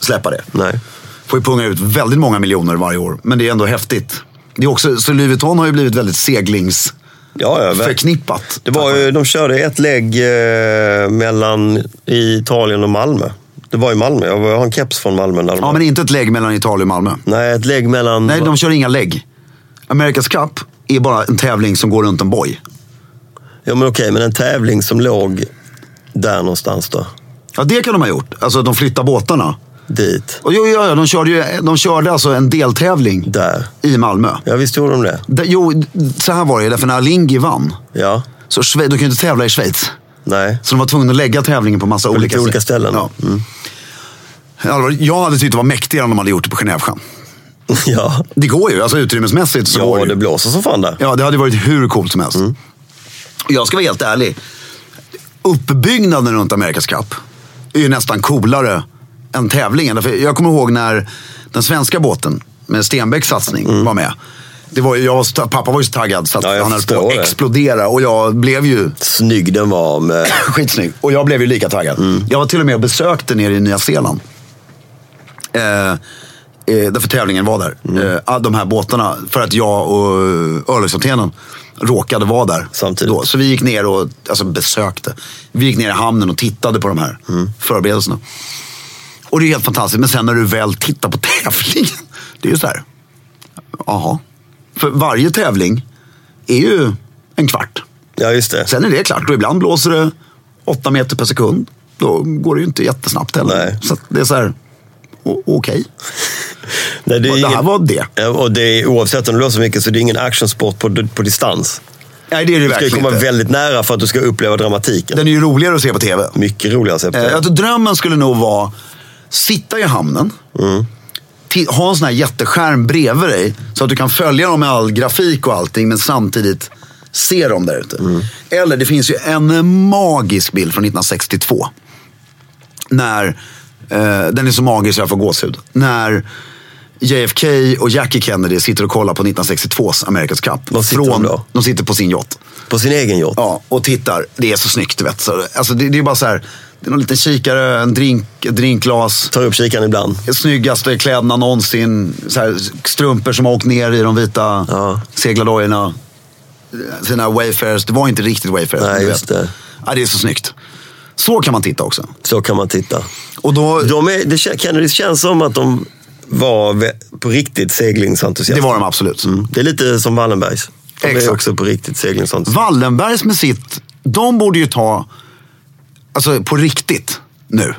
[SPEAKER 1] släppa det.
[SPEAKER 2] Nej.
[SPEAKER 1] Får ju punga ut väldigt många miljoner varje år. Men det är ändå häftigt. Det är också, så Louis Vuitton har ju blivit väldigt seglingsförknippat.
[SPEAKER 2] Ja, ja, ver- Det var ju, de körde ett lägg eh, mellan i Italien och Malmö. Det var i Malmö. Jag har en keps från Malmö. När de
[SPEAKER 1] Ja, men inte ett lägg mellan Italien och Malmö.
[SPEAKER 2] Nej, ett lägg mellan...
[SPEAKER 1] Nej, de kör inga lägg. America's Cup är bara en tävling som går runt en boj.
[SPEAKER 2] Ja, men okej, men en tävling som låg där någonstans då.
[SPEAKER 1] Ja, det kan de ha gjort. Alltså, de flyttar båtarna.
[SPEAKER 2] Dit.
[SPEAKER 1] Och jo, jo, jo, de körde, ju, de körde alltså en deltävling
[SPEAKER 2] Där.
[SPEAKER 1] i Malmö.
[SPEAKER 2] Ja, visst gjorde de det.
[SPEAKER 1] Där- Jo, så här var det ju. Därför när Alingi vann,
[SPEAKER 2] Ja.
[SPEAKER 1] så Schweiz, de kunde inte tävla i Schweiz.
[SPEAKER 2] Nej.
[SPEAKER 1] Så de var tvungna att lägga tävlingen på massa
[SPEAKER 2] På
[SPEAKER 1] olika,
[SPEAKER 2] lite olika
[SPEAKER 1] sätt.
[SPEAKER 2] ställen.
[SPEAKER 1] Ja. Mm. Allvar, Jag hade tyckt det var mäktigare om de hade gjort det på Genèvesjön.
[SPEAKER 2] Ja.
[SPEAKER 1] Det går ju, alltså utrymmesmässigt så går
[SPEAKER 2] Ja,
[SPEAKER 1] det ju.
[SPEAKER 2] det blåser som fan där.
[SPEAKER 1] Ja, det hade varit hur coolt som helst.
[SPEAKER 2] Mm.
[SPEAKER 1] Och Jag ska vara helt ärlig. Uppbyggnaden runt Amerikas Cup är ju nästan coolare än tävlingen. Därför jag kommer ihåg när den svenska båten med Stenbecks satsning var med. Det var, jag var så, pappa var ju så taggad så att
[SPEAKER 2] Mm. Ja, jag
[SPEAKER 1] han höll på
[SPEAKER 2] förstår
[SPEAKER 1] att
[SPEAKER 2] det.
[SPEAKER 1] explodera. Och jag blev ju
[SPEAKER 2] Snygg den var med...
[SPEAKER 1] skitsnygg. Och jag blev ju lika taggad. Jag var till och med och besökte nere i Nya Zeeland. Eh, eh, därför tävlingen var där. Eh, all de här båtarna. För att jag och eh, örlogskaptenen råkade vara där.
[SPEAKER 2] Samtidigt.
[SPEAKER 1] Då. Så vi gick ner och alltså besökte. Vi gick ner i hamnen och tittade på de här förberedelserna. Och det är helt fantastiskt. Men sen när du väl tittar på tävlingen. Det är ju så här. Jaha. För varje tävling är ju en kvart.
[SPEAKER 2] Ja, just det.
[SPEAKER 1] Sen är det klart och ibland blåser det 8 meter per sekund. Då går det ju inte jättesnabbt heller.
[SPEAKER 2] Nej.
[SPEAKER 1] Så att det är så här, o- okej.
[SPEAKER 2] Nej, det, är
[SPEAKER 1] Det,
[SPEAKER 2] ingen...
[SPEAKER 1] här var det.
[SPEAKER 2] Ja, och det är, oavsett om det låter så mycket så det är ingen actionsport på, på distans.
[SPEAKER 1] Nej, det är det
[SPEAKER 2] Du ska ju
[SPEAKER 1] verkligen
[SPEAKER 2] komma
[SPEAKER 1] inte.
[SPEAKER 2] väldigt nära för att du ska uppleva dramatiken.
[SPEAKER 1] Den är ju roligare att se på tv.
[SPEAKER 2] Mycket roligare att se på
[SPEAKER 1] Eh,
[SPEAKER 2] det.
[SPEAKER 1] Jag tror drömmen skulle nog vara sitta i hamnen.
[SPEAKER 2] Mm.
[SPEAKER 1] ti- Ha en sån här jätteskärm bredvid dig. Så att du kan följa dem med all grafik och allting. Men samtidigt se dem där ute.
[SPEAKER 2] Mm.
[SPEAKER 1] Eller det finns ju en magisk bild från 1962. När, eh, den är så magisk så jag får gåshud. När JFK och Jackie Kennedy sitter och kollar på 1962s America's Cup.
[SPEAKER 2] Var sitter de då?
[SPEAKER 1] De sitter på sin yacht.
[SPEAKER 2] På sin egen yacht.
[SPEAKER 1] Ja, och tittar. Det är så snyggt. Vet, så, alltså, det, det är bara så här. Det är någon liten kikare, en drink, ett drinkglas.
[SPEAKER 2] Tar upp kikaren ibland.
[SPEAKER 1] Snyggaste kläderna någonsin. Så här, strumpor som har åkt ner i de vita
[SPEAKER 2] Ja.
[SPEAKER 1] seglardojorna. Sina wayfarers. Det var inte riktigt wayfarers.
[SPEAKER 2] Nej,
[SPEAKER 1] men du
[SPEAKER 2] just
[SPEAKER 1] vet.
[SPEAKER 2] det.
[SPEAKER 1] Ja, det är så snyggt. Så kan man titta också.
[SPEAKER 2] Så kan man titta.
[SPEAKER 1] Och då,
[SPEAKER 2] De är, det, kän- Kennedys känns som att de var vä- på riktigt
[SPEAKER 1] det
[SPEAKER 2] seglingsentusiaster.
[SPEAKER 1] var de absolut.
[SPEAKER 2] Det är lite som Wallenbergs. De är
[SPEAKER 1] Exakt.
[SPEAKER 2] också på riktigt seglingsentusiaster.
[SPEAKER 1] Wallenbergs med sitt, de borde ju ta, alltså på riktigt nu.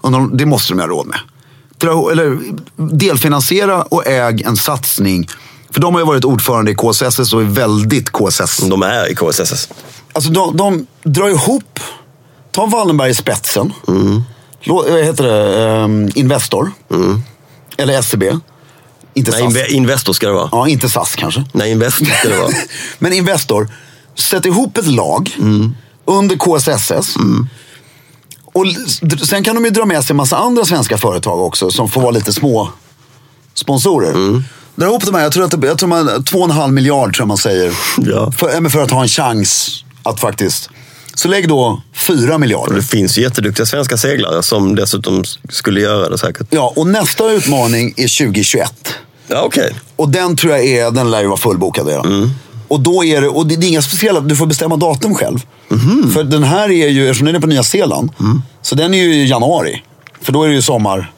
[SPEAKER 1] Och de, det måste de ha råd med. Dra, eller delfinansiera och äg en satsning. För de har ju varit ordförande i KSS och är väldigt KSS.
[SPEAKER 2] De är i KSSS.
[SPEAKER 1] Alltså de, de drar ihop, ta Wallenberg i spetsen.
[SPEAKER 2] Mm.
[SPEAKER 1] Lå, eh, vad heter det? Ehm, Investor. Eller SEB. Inte
[SPEAKER 2] Nej,
[SPEAKER 1] SAS.
[SPEAKER 2] inve- Investor ska det vara.
[SPEAKER 1] Ja, inte SAS kanske.
[SPEAKER 2] Nej, Investor ska det vara.
[SPEAKER 1] Men Investor, sätt ihop ett lag under KSSS. Och l- d- sen kan de ju dra med sig en massa andra svenska företag också som får vara lite små sponsorer. Dra ihop de här, jag tror att det, jag tror man, 2,5 miljard tror jag man säger.
[SPEAKER 2] Ja.
[SPEAKER 1] För, ja, men för att ha en chans att faktiskt... Så lägg då 4
[SPEAKER 2] Och
[SPEAKER 1] miljarder.
[SPEAKER 2] det finns ju jätteduktiga svenska seglare som dessutom s- skulle göra det säkert.
[SPEAKER 1] Ja, och nästa utmaning är 2021.
[SPEAKER 2] Ja, okej.
[SPEAKER 1] Och den tror jag är, den lär ju vara fullbokad redan. Och då är det, och det, det är inga speciella, du får bestämma datum själv. För den här är ju, eftersom den är på Nya Zeeland, så den är ju i januari. För då är det ju sommar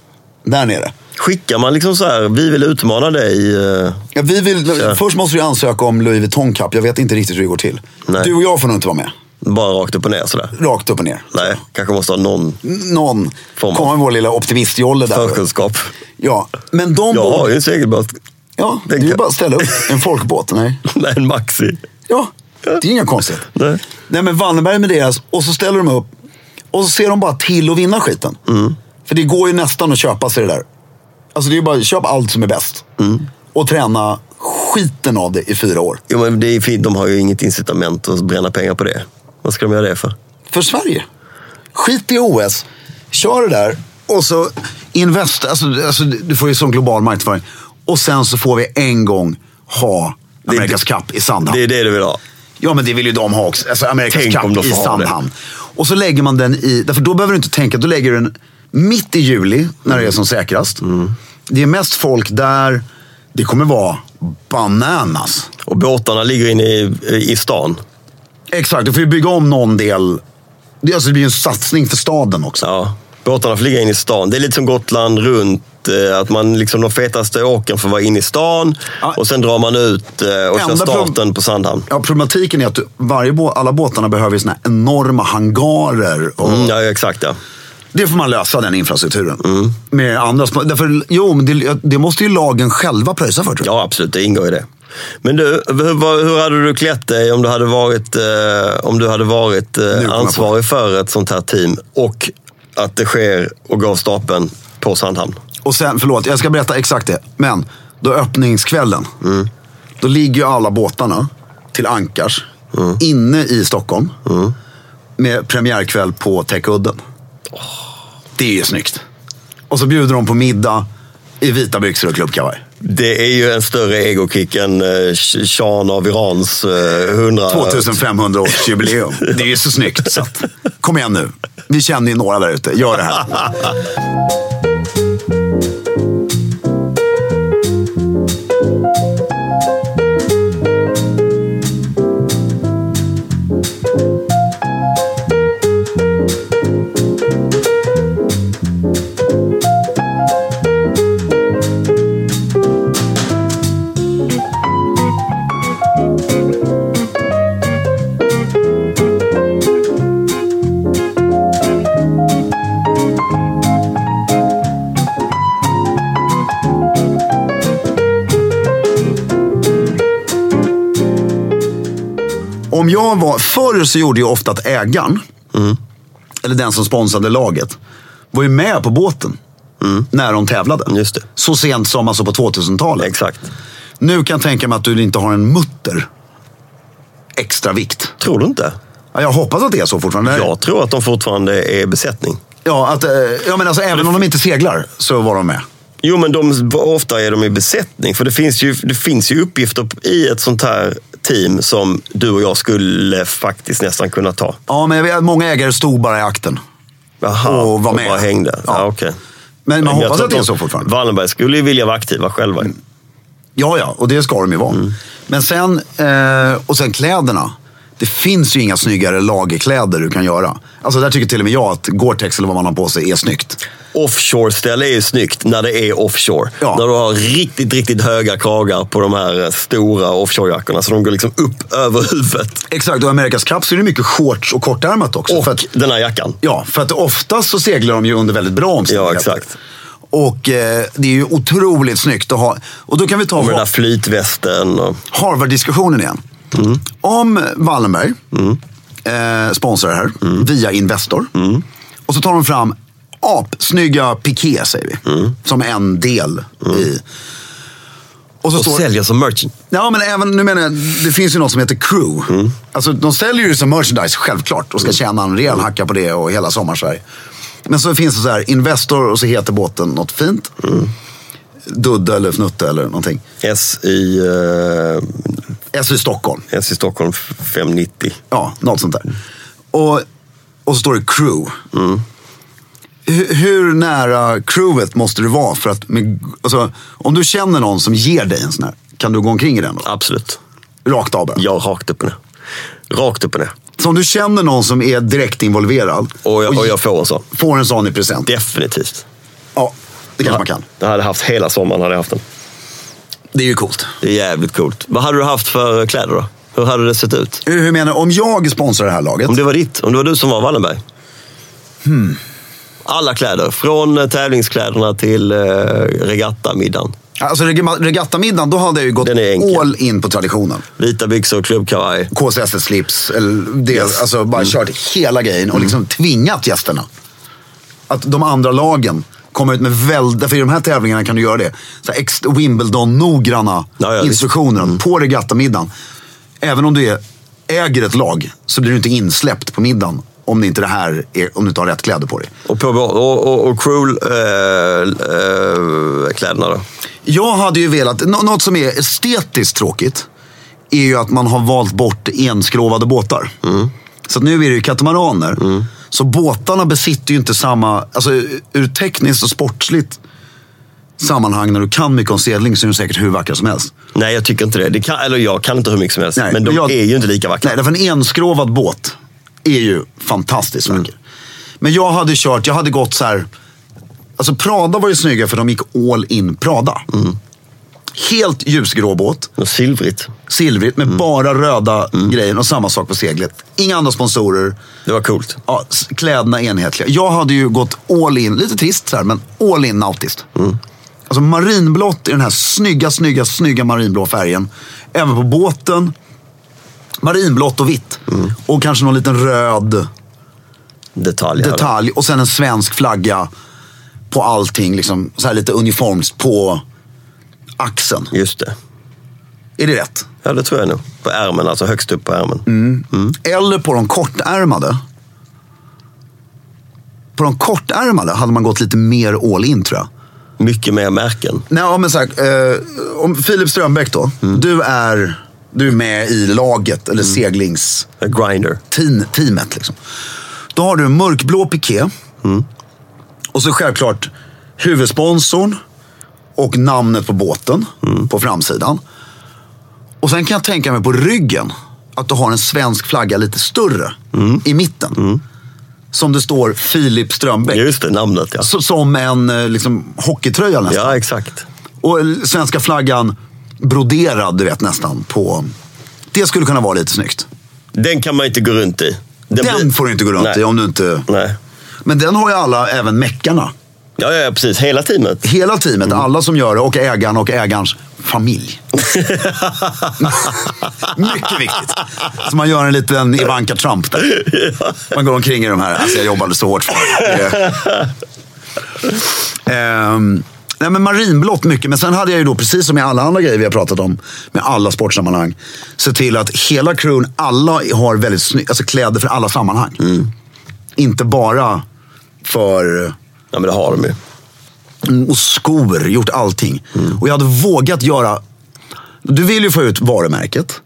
[SPEAKER 1] där nere.
[SPEAKER 2] Skickar man liksom så här, vi vill utmana dig. eh,
[SPEAKER 1] Ja, vi vill,
[SPEAKER 2] Kör.
[SPEAKER 1] Först måste vi ansöka om Louis Vuitton Cup, jag vet inte riktigt hur det går till.
[SPEAKER 2] Nej.
[SPEAKER 1] Du och jag får nog inte vara med,
[SPEAKER 2] Bara rakt upp och ner sådär.
[SPEAKER 1] rakt upp och ner.
[SPEAKER 2] Nej, kanske måste ha någon
[SPEAKER 1] Någon
[SPEAKER 2] Får man.
[SPEAKER 1] kommer med vår lilla optimistjolle där.
[SPEAKER 2] förkunskap.
[SPEAKER 1] Ja, men de
[SPEAKER 2] Jag har
[SPEAKER 1] båda-
[SPEAKER 2] ju en segelbåt.
[SPEAKER 1] Ja, det
[SPEAKER 2] Den
[SPEAKER 1] är ju
[SPEAKER 2] kan-
[SPEAKER 1] bara att ställa upp en folkbåt. Nej.
[SPEAKER 2] Nej, en Maxi.
[SPEAKER 1] Ja, det är inga konstigheter.
[SPEAKER 2] Nej.
[SPEAKER 1] Nej men Wallenberg med deras och så ställer de upp och så ser de bara till att vinna skiten.
[SPEAKER 2] Mm.
[SPEAKER 1] För det går ju nästan att köpa sig det där. Alltså det är ju bara köp allt som är bäst.
[SPEAKER 2] Mm.
[SPEAKER 1] Och träna skiten av det i fyra år.
[SPEAKER 2] Jo, men det är fint. De har ju inget incitament att bränna pengar på det. Vad ska de göra det för?
[SPEAKER 1] För Sverige. Skit i OS. Kör det där. Och så invest. Alltså, alltså du får ju sån global marknadsföring. Och sen så får vi en gång ha
[SPEAKER 2] är
[SPEAKER 1] Amerikas Cup i Sandhamn.
[SPEAKER 2] Det är det du vill ha.
[SPEAKER 1] Ja, men det vill ju de ha också. Alltså Amerikas
[SPEAKER 2] Tänk om de
[SPEAKER 1] Cup
[SPEAKER 2] får
[SPEAKER 1] i
[SPEAKER 2] ha
[SPEAKER 1] Sandhamn. Och så lägger man den i, därför då behöver du inte tänka, då lägger du den mitt i juli när det är som säkrast.
[SPEAKER 2] Mm.
[SPEAKER 1] Det är mest folk där, det kommer vara bananas.
[SPEAKER 2] Och båtarna ligger inne i, i stan.
[SPEAKER 1] Exakt, du får ju bygga om någon del. Det, alltså, det blir ju en satsning för staden också.
[SPEAKER 2] Ja, båtarna får ligga inne i stan. Det är lite som Gotland runt. eh, Att man liksom de fetaste åken får vara inne i stan.
[SPEAKER 1] Ja.
[SPEAKER 2] Och sen drar man ut eh, och kör
[SPEAKER 1] Enda problem-
[SPEAKER 2] starten på Sandhamn.
[SPEAKER 1] Ja, problematiken är att du, varje bå, alla båtarna behöver ju såna här enorma hangarer. Och,
[SPEAKER 2] Mm, ja, exakt ja.
[SPEAKER 1] Det får man lösa, den infrastrukturen.
[SPEAKER 2] Mm.
[SPEAKER 1] Med andra små, därför, jo, men det, det måste ju lagen själva pröjsa för tror jag.
[SPEAKER 2] Ja, absolut. Det ingår i det. Men du, hur, vad- hur hade du klätt dig om du hade varit, eh, om du hade varit
[SPEAKER 1] jag
[SPEAKER 2] eh,
[SPEAKER 1] på.
[SPEAKER 2] ansvarig för ett sånt här team och att det sker och går av stapeln på Sandhamn?
[SPEAKER 1] Och sen, förlåt, jag ska berätta exakt det. Men, då öppningskvällen. Då ligger ju alla båtarna till ankars inne i Stockholm. Med premiärkväll på Täckudden. Det är ju snyggt. Och så bjuder de på middag i vita byxor och klubbkavaj.
[SPEAKER 2] Det är ju en större egokick än eh, Sh- Shahen av Irans eh, 100...
[SPEAKER 1] 2500 års jubileum. Det är ju så snyggt. Så att, kom igen nu. Vi känner ju några där ute. Gör det här. Om jag var, förr så gjorde jag ofta att ägaren,
[SPEAKER 2] Mm.
[SPEAKER 1] eller den som sponsrade laget, var ju med på båten. När de tävlade.
[SPEAKER 2] Mm. Just det.
[SPEAKER 1] Så sent som alltså på 2000-talet.
[SPEAKER 2] Exakt.
[SPEAKER 1] Nu kan jag tänka mig att du inte har en mutter extra vikt.
[SPEAKER 2] Tror du inte?
[SPEAKER 1] Ja, Jag hoppas att det är så fortfarande.
[SPEAKER 2] Jag tror att de fortfarande är besättning.
[SPEAKER 1] Ja, att, eh, ja men alltså, även om de inte seglar så var de med.
[SPEAKER 2] Jo, men de, ofta är de i besättning. För det finns, ju, det finns ju uppgifter i ett sånt här team som du och jag skulle faktiskt nästan kunna ta.
[SPEAKER 1] Ja, men jag vet, att många ägare stod bara i akten.
[SPEAKER 2] Aha,
[SPEAKER 1] Och var med.
[SPEAKER 2] bara hängde. Ja.
[SPEAKER 1] Ja.
[SPEAKER 2] okej.
[SPEAKER 1] Men man
[SPEAKER 2] Jag
[SPEAKER 1] hoppas
[SPEAKER 2] tror
[SPEAKER 1] att det är
[SPEAKER 2] de-
[SPEAKER 1] så fortfarande. Mm.
[SPEAKER 2] Wallenberg skulle ju vilja vara aktiva själva.
[SPEAKER 1] Ja, ja, och det ska de ju vara. Men sen, eh, och sen kläderna. Det finns ju inga snyggare lagerkläder du kan göra. Alltså där tycker till och med jag att Gore-Tex eller vad man har på sig är snyggt.
[SPEAKER 2] Offshore-ställe är ju snyggt när det är offshore.
[SPEAKER 1] Ja.
[SPEAKER 2] När du har riktigt, riktigt höga kragar på de här eh, stora offshorejackorna. Så de går liksom upp över huvudet.
[SPEAKER 1] Exakt, och Amerikas Cup så är det mycket shorts och kortärmat också.
[SPEAKER 2] Och
[SPEAKER 1] för att,
[SPEAKER 2] den här jackan.
[SPEAKER 1] ja, för att oftast så seglar de ju under väldigt bra omständigheter.
[SPEAKER 2] Ja, exakt.
[SPEAKER 1] Och eh, det är ju otroligt snyggt att ha. Och då kan vi ta...
[SPEAKER 2] Och med den
[SPEAKER 1] vad-
[SPEAKER 2] där flytvästen. Och...
[SPEAKER 1] Harvard-diskussionen igen. Om Wallenberg eh, sponsrar det här via Investor. Och så tar de fram apsnygga piké, säger vi. Som en del i... Och så
[SPEAKER 2] Och
[SPEAKER 1] står...
[SPEAKER 2] säljer som merchant.
[SPEAKER 1] Ja, men även, nu menar jag, det finns ju något som heter crew. Alltså, de säljer ju som merchandise, självklart. Och ska tjäna en rejäl hacka på det och hela sommarsverige. Men så finns det så här, Investor och så heter båten något fint. Dudde eller Fnutte eller någonting.
[SPEAKER 2] S i, eh,
[SPEAKER 1] SU Stockholm.
[SPEAKER 2] S i Stockholm 590.
[SPEAKER 1] Ja, något sånt där. Och, och så står det crew. Hur, hur nära crewet måste du vara för att... Med, alltså, om du känner någon som ger dig en sån här, kan du gå omkring i den då?
[SPEAKER 2] Absolut.
[SPEAKER 1] Rakt av bara.
[SPEAKER 2] Ja, rakt upp och ner. Rakt upp och ner.
[SPEAKER 1] Så om du känner någon som är direkt involverad
[SPEAKER 2] Och jag, och jag får en sån.
[SPEAKER 1] får en sån i present.
[SPEAKER 2] Definitivt.
[SPEAKER 1] Ja, det kanske man kan.
[SPEAKER 2] Det hade jag haft hela sommaren. Hade jag haft den.
[SPEAKER 1] Det är ju coolt.
[SPEAKER 2] Det är jävligt coolt. Vad hade du haft för kläder då? Hur hade det sett ut?
[SPEAKER 1] Hur hur menar du? Om jag sponsrar det här laget?
[SPEAKER 2] Om det var ditt, om det var du som var Wallenberg? Hmm. Alla kläder, från eh, tävlingskläderna till eh, regattamiddagen.
[SPEAKER 1] Alltså reg- regattamiddagen, då hade jag ju gått
[SPEAKER 2] Den är enkel.
[SPEAKER 1] all in på traditionen.
[SPEAKER 2] Vita byxor, klubbkavaj.
[SPEAKER 1] KSS-slips. eller Det, Alltså bara
[SPEAKER 2] Mm.
[SPEAKER 1] kört hela grejen och liksom tvingat gästerna. Att de andra lagen kommer ut med väldigt, för i de här tävlingarna kan du göra det. Så här ex- Wimbledon-noggranna
[SPEAKER 2] Ja, Mm. ja,
[SPEAKER 1] instruktioner på regattamiddagen. Även om du är, äger ett lag så blir du inte insläppt på middagen om det inte det här är, om du inte har rätt kläder på dig.
[SPEAKER 2] Och, på, och, och, och cruel eh, eh, kläderna då?
[SPEAKER 1] Jag hade ju velat, nå- något som är estetiskt tråkigt är ju att man har valt bort enskrovade båtar. Så att nu är det ju katamaraner. Så båtarna besitter ju inte samma, alltså ur- ur tekniskt och sportsligt sammanhang när du kan mycket om segling så är de säkert hur vackra som helst.
[SPEAKER 2] Nej, jag tycker inte det. det kan, eller jag kan inte hur mycket som helst.
[SPEAKER 1] Nej,
[SPEAKER 2] men de
[SPEAKER 1] men jag-
[SPEAKER 2] är ju inte lika vackra.
[SPEAKER 1] Nej, därför en enskrovad båt är ju fantastiskt vacker. Men jag hade kört, jag hade gått så här. Alltså Prada var ju snygga för de gick all in Prada. Helt ljusgrå båt.
[SPEAKER 2] Och silvrigt.
[SPEAKER 1] silvrigt med bara röda grejen och samma sak på seglet. Inga andra sponsorer.
[SPEAKER 2] Det var coolt.
[SPEAKER 1] Ja, s- kläderna enhetliga. Jag hade ju gått all in, lite trist så här, men all in nautiskt. Alltså marinblått i den här snygga, snygga, snygga marinblå färgen. Även på båten. Marinblått och vitt. Och kanske någon liten röd
[SPEAKER 2] Detalj. här då.
[SPEAKER 1] detalj. Och sen en svensk flagga på allting. Liksom, så här lite uniforms på axeln.
[SPEAKER 2] Just det.
[SPEAKER 1] Är det rätt?
[SPEAKER 2] Ja, det tror jag nog. På ärmen, alltså högst upp på ärmen.
[SPEAKER 1] Mm. Eller på de kortärmade. På de kortärmade hade man gått lite mer all in tror jag.
[SPEAKER 2] mycket mer märken.
[SPEAKER 1] Nej, ja, men så här, eh, om Filip Strömbäck då. Du, är, du är med i laget, eller seglings
[SPEAKER 2] Grinder.
[SPEAKER 1] team, teamet. Liksom. Då har du en mörkblå piké.
[SPEAKER 2] Mm.
[SPEAKER 1] Och så självklart huvudsponsorn och namnet på båten
[SPEAKER 2] Mm.
[SPEAKER 1] på framsidan. Och sen kan jag tänka mig på ryggen att du har en svensk flagga lite större
[SPEAKER 2] Mm.
[SPEAKER 1] i mitten. Som det står Filip Strömbäck.
[SPEAKER 2] Just det, namnet ja.
[SPEAKER 1] S- Som en eh, liksom, hockeytröja nästan.
[SPEAKER 2] Ja, exakt.
[SPEAKER 1] Och svenska flaggan broderad, du vet nästan, på... Det skulle kunna vara lite snyggt.
[SPEAKER 2] Den kan man inte gå runt i.
[SPEAKER 1] Den,
[SPEAKER 2] blir-
[SPEAKER 1] får du inte gå runt
[SPEAKER 2] Nej.
[SPEAKER 1] i om du inte...
[SPEAKER 2] Nej.
[SPEAKER 1] Men den har ju alla, även meckarna.
[SPEAKER 2] Ja, ja, ja, precis. Hela teamet.
[SPEAKER 1] Hela teamet, alla som gör det och ägaren och ägarens familj. Mycket viktigt. Så man gör en liten Ivanka Trump där. Man går omkring i de här. Alltså jag jobbade så hårt för det. Ehm, nej men marinblått mycket. Men sen hade jag ju då, precis som i alla andra grejer vi har pratat om, med alla sportsammanhang, se till att hela crewn, alla har väldigt snygga alltså kläder för alla sammanhang. Inte bara för
[SPEAKER 2] Ja, men det har de ju.
[SPEAKER 1] Mm, och skor, gjort allting. Och jag hade vågat göra... Du vill ju få ut varumärket.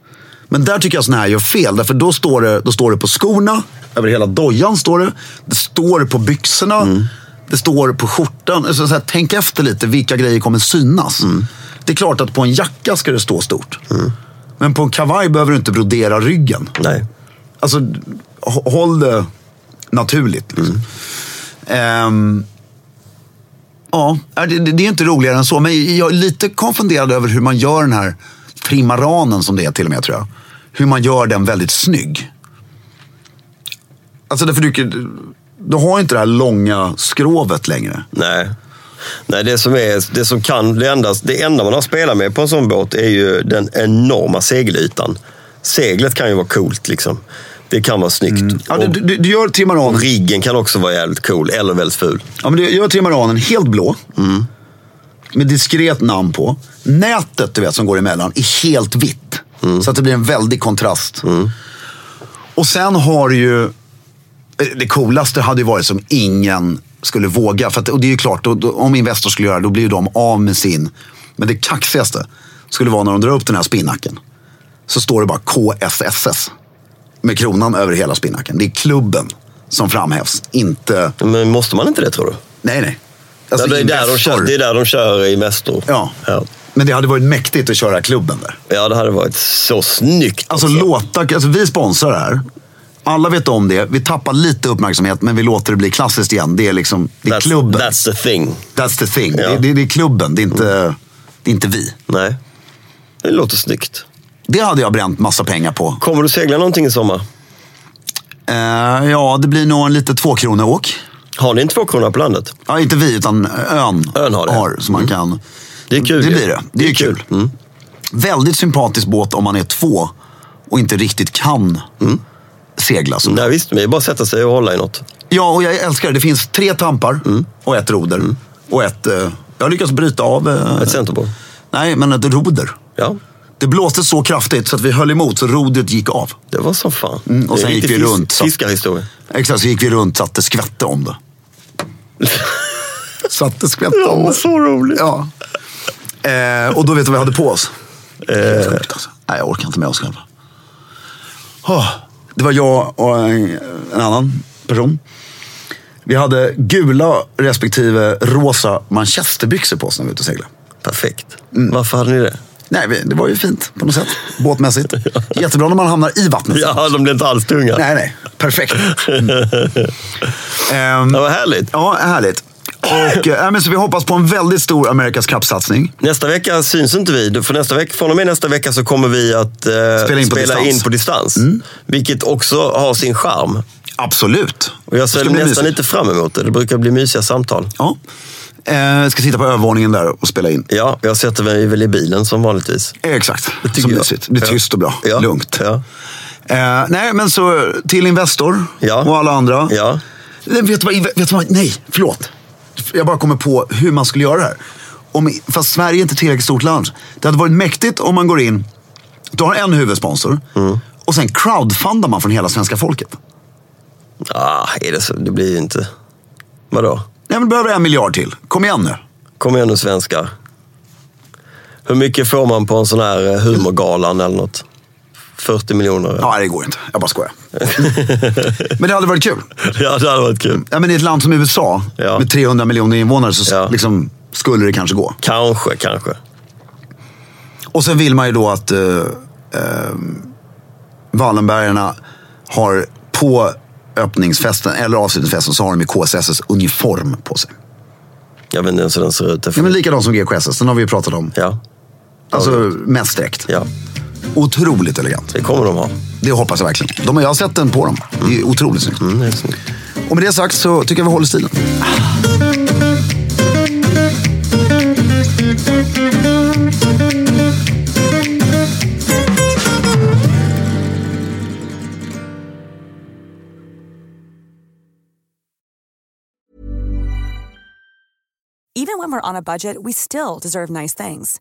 [SPEAKER 1] Men där tycker jag sådana här gör fel. Därför då står det, då står det på skorna, över hela dojan står det. Det står på byxorna, det står på skjortan. Alltså, så här, tänk efter lite vilka grejer kommer synas. Det är klart att på en jacka ska det stå stort. Men på en kavaj behöver du inte brodera ryggen.
[SPEAKER 2] Nej.
[SPEAKER 1] Alltså, hå- håll det naturligt. Liksom. Ehm, ja, det, det det är inte roligare än så. Men jag är lite konfunderad över hur man gör den här trimaranen som det är till och med tror jag. Hur man gör den väldigt snygg. Alltså därför du, kan- du har inte det här långa skrovet längre.
[SPEAKER 2] Nej. Nej, det som, är, det som kan, det enda, det enda man har spelat med på en sån båt är ju den enorma segelytan. Seglet kan ju vara coolt liksom. Det kan vara snyggt.
[SPEAKER 1] Mm. Ja, du, du, du gör trimaranen
[SPEAKER 2] Och riggen kan också vara jävligt cool eller väldigt ful.
[SPEAKER 1] Ja, men det- jag har trimaranen helt blå. Med diskret namn på. Nätet du vet, som går emellan är helt vitt. Så att det blir en väldig kontrast. Och sen har du ju... eh, Det coolaste hade ju varit som ingen skulle våga. För att, och det är ju klart, då, då, om Investor skulle göra det, då blir ju de av med sin... Men det kaxigaste skulle vara när de drar upp den här spinnacken. Så står det bara KSSS. Med kronan över hela spinnacken. Det är klubben som framhävs, inte...
[SPEAKER 2] Men måste man inte det tror du?
[SPEAKER 1] Nej, Alltså, nej.
[SPEAKER 2] ja, det, är där de
[SPEAKER 1] Investor.
[SPEAKER 2] kör, det är där de kör i Mästor.
[SPEAKER 1] Ja.
[SPEAKER 2] ja.
[SPEAKER 1] Men det hade varit mäktigt att köra klubben där.
[SPEAKER 2] Ja, det hade varit så snyggt.
[SPEAKER 1] Alltså låta, alltså vi sponsrar det här. Alla vet om det. Vi tappar lite uppmärksamhet, men vi låter det bli klassiskt igen. Det är liksom, det är
[SPEAKER 2] that's,
[SPEAKER 1] klubben. That's,
[SPEAKER 2] that's the thing.
[SPEAKER 1] the thing.
[SPEAKER 2] Ja.
[SPEAKER 1] Det, det, det är klubben, det är, inte, det är inte vi.
[SPEAKER 2] Nej. Det låter snyggt.
[SPEAKER 1] Det hade jag bränt massa pengar på.
[SPEAKER 2] Kommer du segla någonting i sommar?
[SPEAKER 1] Eh, ja, det blir nog en lite tvåkronoråk.
[SPEAKER 2] Har ni en tvåkrona på landet?
[SPEAKER 1] Ja, inte vi, utan ön, Mm.
[SPEAKER 2] Ön har det.
[SPEAKER 1] som man kan...
[SPEAKER 2] Det är kul
[SPEAKER 1] Det
[SPEAKER 2] ju.
[SPEAKER 1] blir det. Det är kul. Mm. Väldigt sympatisk båt om man är två och inte riktigt kan segla. Så.
[SPEAKER 2] Nej, visst, men det är bara att sätta sig och hålla i något.
[SPEAKER 1] Ja, och jag älskar det. Det finns tre tampar och ett roder. Och ett... eh, Jag har lyckats bryta av... eh,
[SPEAKER 2] Ett centerbord.
[SPEAKER 1] Nej, men ett roder.
[SPEAKER 2] Ja,
[SPEAKER 1] Det blåste så kraftigt så att vi höll emot så rodret gick av.
[SPEAKER 2] det var som fan.
[SPEAKER 1] Mm, och
[SPEAKER 2] Det är
[SPEAKER 1] sen
[SPEAKER 2] en
[SPEAKER 1] gick
[SPEAKER 2] riktig
[SPEAKER 1] vi
[SPEAKER 2] fis-
[SPEAKER 1] runt, så-
[SPEAKER 2] Fiskarhistoria.
[SPEAKER 1] Exakt, så gick vi runt så att det skvätte om det. så att det skvätte om det.
[SPEAKER 2] så roligt.
[SPEAKER 1] Ja. Eh, och då vet du vad vi hade på oss?
[SPEAKER 2] Eh.
[SPEAKER 1] Sjukt alltså. Nej, jag orkar inte med oss själva. Oh, det var jag och en, en annan person. Vi hade gula respektive rosa manchesterbyxor på oss när vi var ute och seglade.
[SPEAKER 2] Perfekt.
[SPEAKER 1] Mm.
[SPEAKER 2] Varför hade ni det?
[SPEAKER 1] Nej, vi- det var ju fint på något sätt. Båtmässigt. Jättebra när man hamnar i vattnet.
[SPEAKER 2] Ja, de blev inte alls tunga.
[SPEAKER 1] Nej, nej. Perfekt. Mm. Ehm,
[SPEAKER 2] Det var härligt.
[SPEAKER 1] ja, härligt. Och, äh, men så vi hoppas på en väldigt stor Amerikas Cup-satsning.
[SPEAKER 2] Nästa vecka syns inte vi. För nästa vecka, från och med nästa vecka så kommer vi att eh,
[SPEAKER 1] in på distans. Mm.
[SPEAKER 2] in på distans. Vilket också har sin charm.
[SPEAKER 1] Absolut.
[SPEAKER 2] Och jag ser
[SPEAKER 1] Det ska bli
[SPEAKER 2] nästan
[SPEAKER 1] mysigt.
[SPEAKER 2] lite fram emot det. Det brukar bli mysiga samtal.
[SPEAKER 1] Ja. Eh, ska sitta på övervåningen där och spela in.
[SPEAKER 2] Ja, jag sätter mig väl i bilen som vanligtvis.
[SPEAKER 1] Eh, Exakt.
[SPEAKER 2] tycker
[SPEAKER 1] Som
[SPEAKER 2] jag.
[SPEAKER 1] mysigt. Det är
[SPEAKER 2] Ja.
[SPEAKER 1] tyst och bra.
[SPEAKER 2] Ja.
[SPEAKER 1] Lugnt.
[SPEAKER 2] Ja.
[SPEAKER 1] Eh, nej, men så till Investor
[SPEAKER 2] Ja.
[SPEAKER 1] och alla andra.
[SPEAKER 2] Ja.
[SPEAKER 1] Nej, Vet du, vad, vet du vad? Nej, förlåt. Jag bara kommer på hur man skulle göra det här. Om, fast Sverige är inte tillräckligt stort land. Det hade varit mäktigt om man går in. Du har en huvudsponsor.
[SPEAKER 2] Mm.
[SPEAKER 1] Och sen crowdfundar man från hela svenska folket.
[SPEAKER 2] Ah, är det så? Det blir ju inte... Vadå?
[SPEAKER 1] Nej, men du behöver en miljard till. Kom igen nu.
[SPEAKER 2] Kom igen nu svenskar. Hur mycket får man på en sån här eh, humorgalan eller något? 40 miljoner? Ja,
[SPEAKER 1] Ja, det går inte. Jag bara skojar. men det hade varit kul.
[SPEAKER 2] det hade varit kul.
[SPEAKER 1] Ja, men I ett land som USA
[SPEAKER 2] Ja.
[SPEAKER 1] med 300 miljoner invånare så
[SPEAKER 2] Ja.
[SPEAKER 1] liksom, skulle det kanske gå.
[SPEAKER 2] Kanske, kanske.
[SPEAKER 1] Och sen vill man ju då att eh, eh, Wallenbergarna har på öppningsfesten eller avslutningsfesten så har de ju KSSs uniform på sig.
[SPEAKER 2] Jag vet inte ens hur den ser ut. Det
[SPEAKER 1] Ja,
[SPEAKER 2] får-
[SPEAKER 1] men likadant som GKSS, den har vi ju pratat om.
[SPEAKER 2] Ja,
[SPEAKER 1] Alltså mest direkt.
[SPEAKER 2] ja,
[SPEAKER 1] Otroligt elegant.
[SPEAKER 2] det kommer de ha.
[SPEAKER 1] Det hoppas jag verkligen. De, jag har sett den på dem. Det är otroligt snyggt.
[SPEAKER 2] Mm, det är snyggt.
[SPEAKER 1] Och med det sagt så tycker jag vi håller stilen.
[SPEAKER 3] Even when we're on a budget, we still deserve nice things.